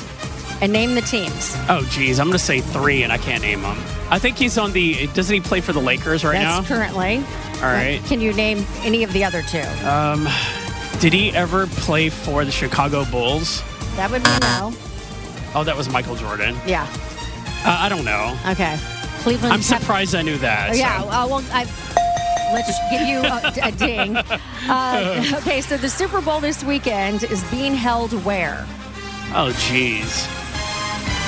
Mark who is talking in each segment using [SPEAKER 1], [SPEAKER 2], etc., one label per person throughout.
[SPEAKER 1] And name the teams.
[SPEAKER 2] Oh, geez. I'm gonna say three, and I can't name them. I think he's on the. Doesn't he play for the Lakers right
[SPEAKER 1] That's currently.
[SPEAKER 2] now? All right. Uh,
[SPEAKER 1] Can you name any of the other two?
[SPEAKER 2] Did he ever play for the Chicago Bulls?
[SPEAKER 1] that would be no.
[SPEAKER 2] Oh, that was Michael Jordan.
[SPEAKER 1] Yeah.
[SPEAKER 2] Uh, I don't know.
[SPEAKER 1] Okay. Cleveland.
[SPEAKER 2] I'm
[SPEAKER 1] kept-
[SPEAKER 2] surprised I knew that. so-
[SPEAKER 1] Yeah. Uh, well, I, let's give you a, a ding. Uh, okay. So the Super Bowl this weekend is being held where?
[SPEAKER 2] Oh, geez.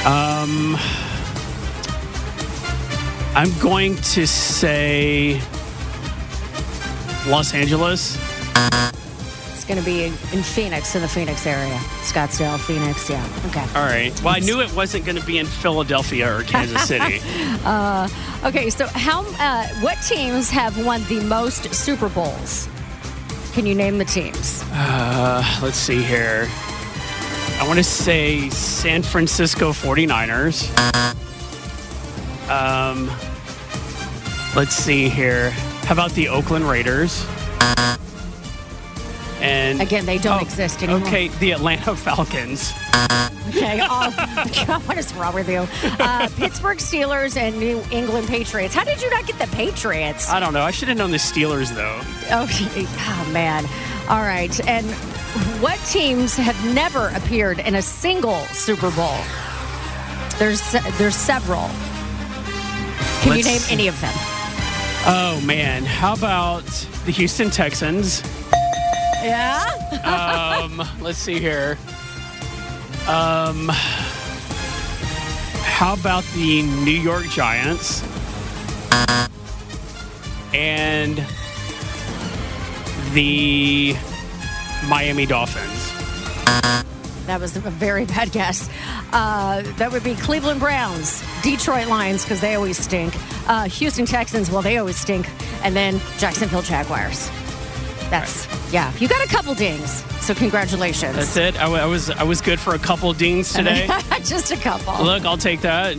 [SPEAKER 2] Um, I'm going to say Los Angeles.
[SPEAKER 1] It's going to be in, in Phoenix, in the Phoenix area, Scottsdale, Phoenix. Yeah. Okay.
[SPEAKER 2] All right. Well, I knew it wasn't going to be in Philadelphia or Kansas City.
[SPEAKER 1] Okay. So how? Uh, what teams have won the most Super Bowls? Can you name the teams?
[SPEAKER 2] Uh, let's see here. I want to say San Francisco 49ers. Um, let's see here. How about the Oakland Raiders? And
[SPEAKER 1] Again, they don't exist anymore.
[SPEAKER 2] Oh, Okay, the Atlanta Falcons.
[SPEAKER 1] Okay. Oh, God, what is wrong with you? Uh, Pittsburgh Steelers and New England Patriots. How did you not get the Patriots?
[SPEAKER 2] I don't know. I should have known the Steelers though.
[SPEAKER 1] Okay. Oh, man. All right. And what teams have never appeared in a single Super Bowl? There's there's several. Can you
[SPEAKER 2] Let's
[SPEAKER 1] name
[SPEAKER 2] see.
[SPEAKER 1] any of them?
[SPEAKER 2] Oh man, how about the Houston Texans?
[SPEAKER 1] Yeah.
[SPEAKER 2] Um, let's see here. Um, how about the New York Giants? And the Miami Dolphins.
[SPEAKER 1] That was a very bad guess. Uh, that would be Cleveland Browns, Detroit Lions, because they always stink. Uh, Houston Texans, well, they always stink. And then Jacksonville Jaguars. That's, yeah. You got a couple dings, so congratulations.
[SPEAKER 2] That's it. I, wa- I was I was good for a couple dings today.
[SPEAKER 1] Just a couple.
[SPEAKER 2] Look, I'll take that.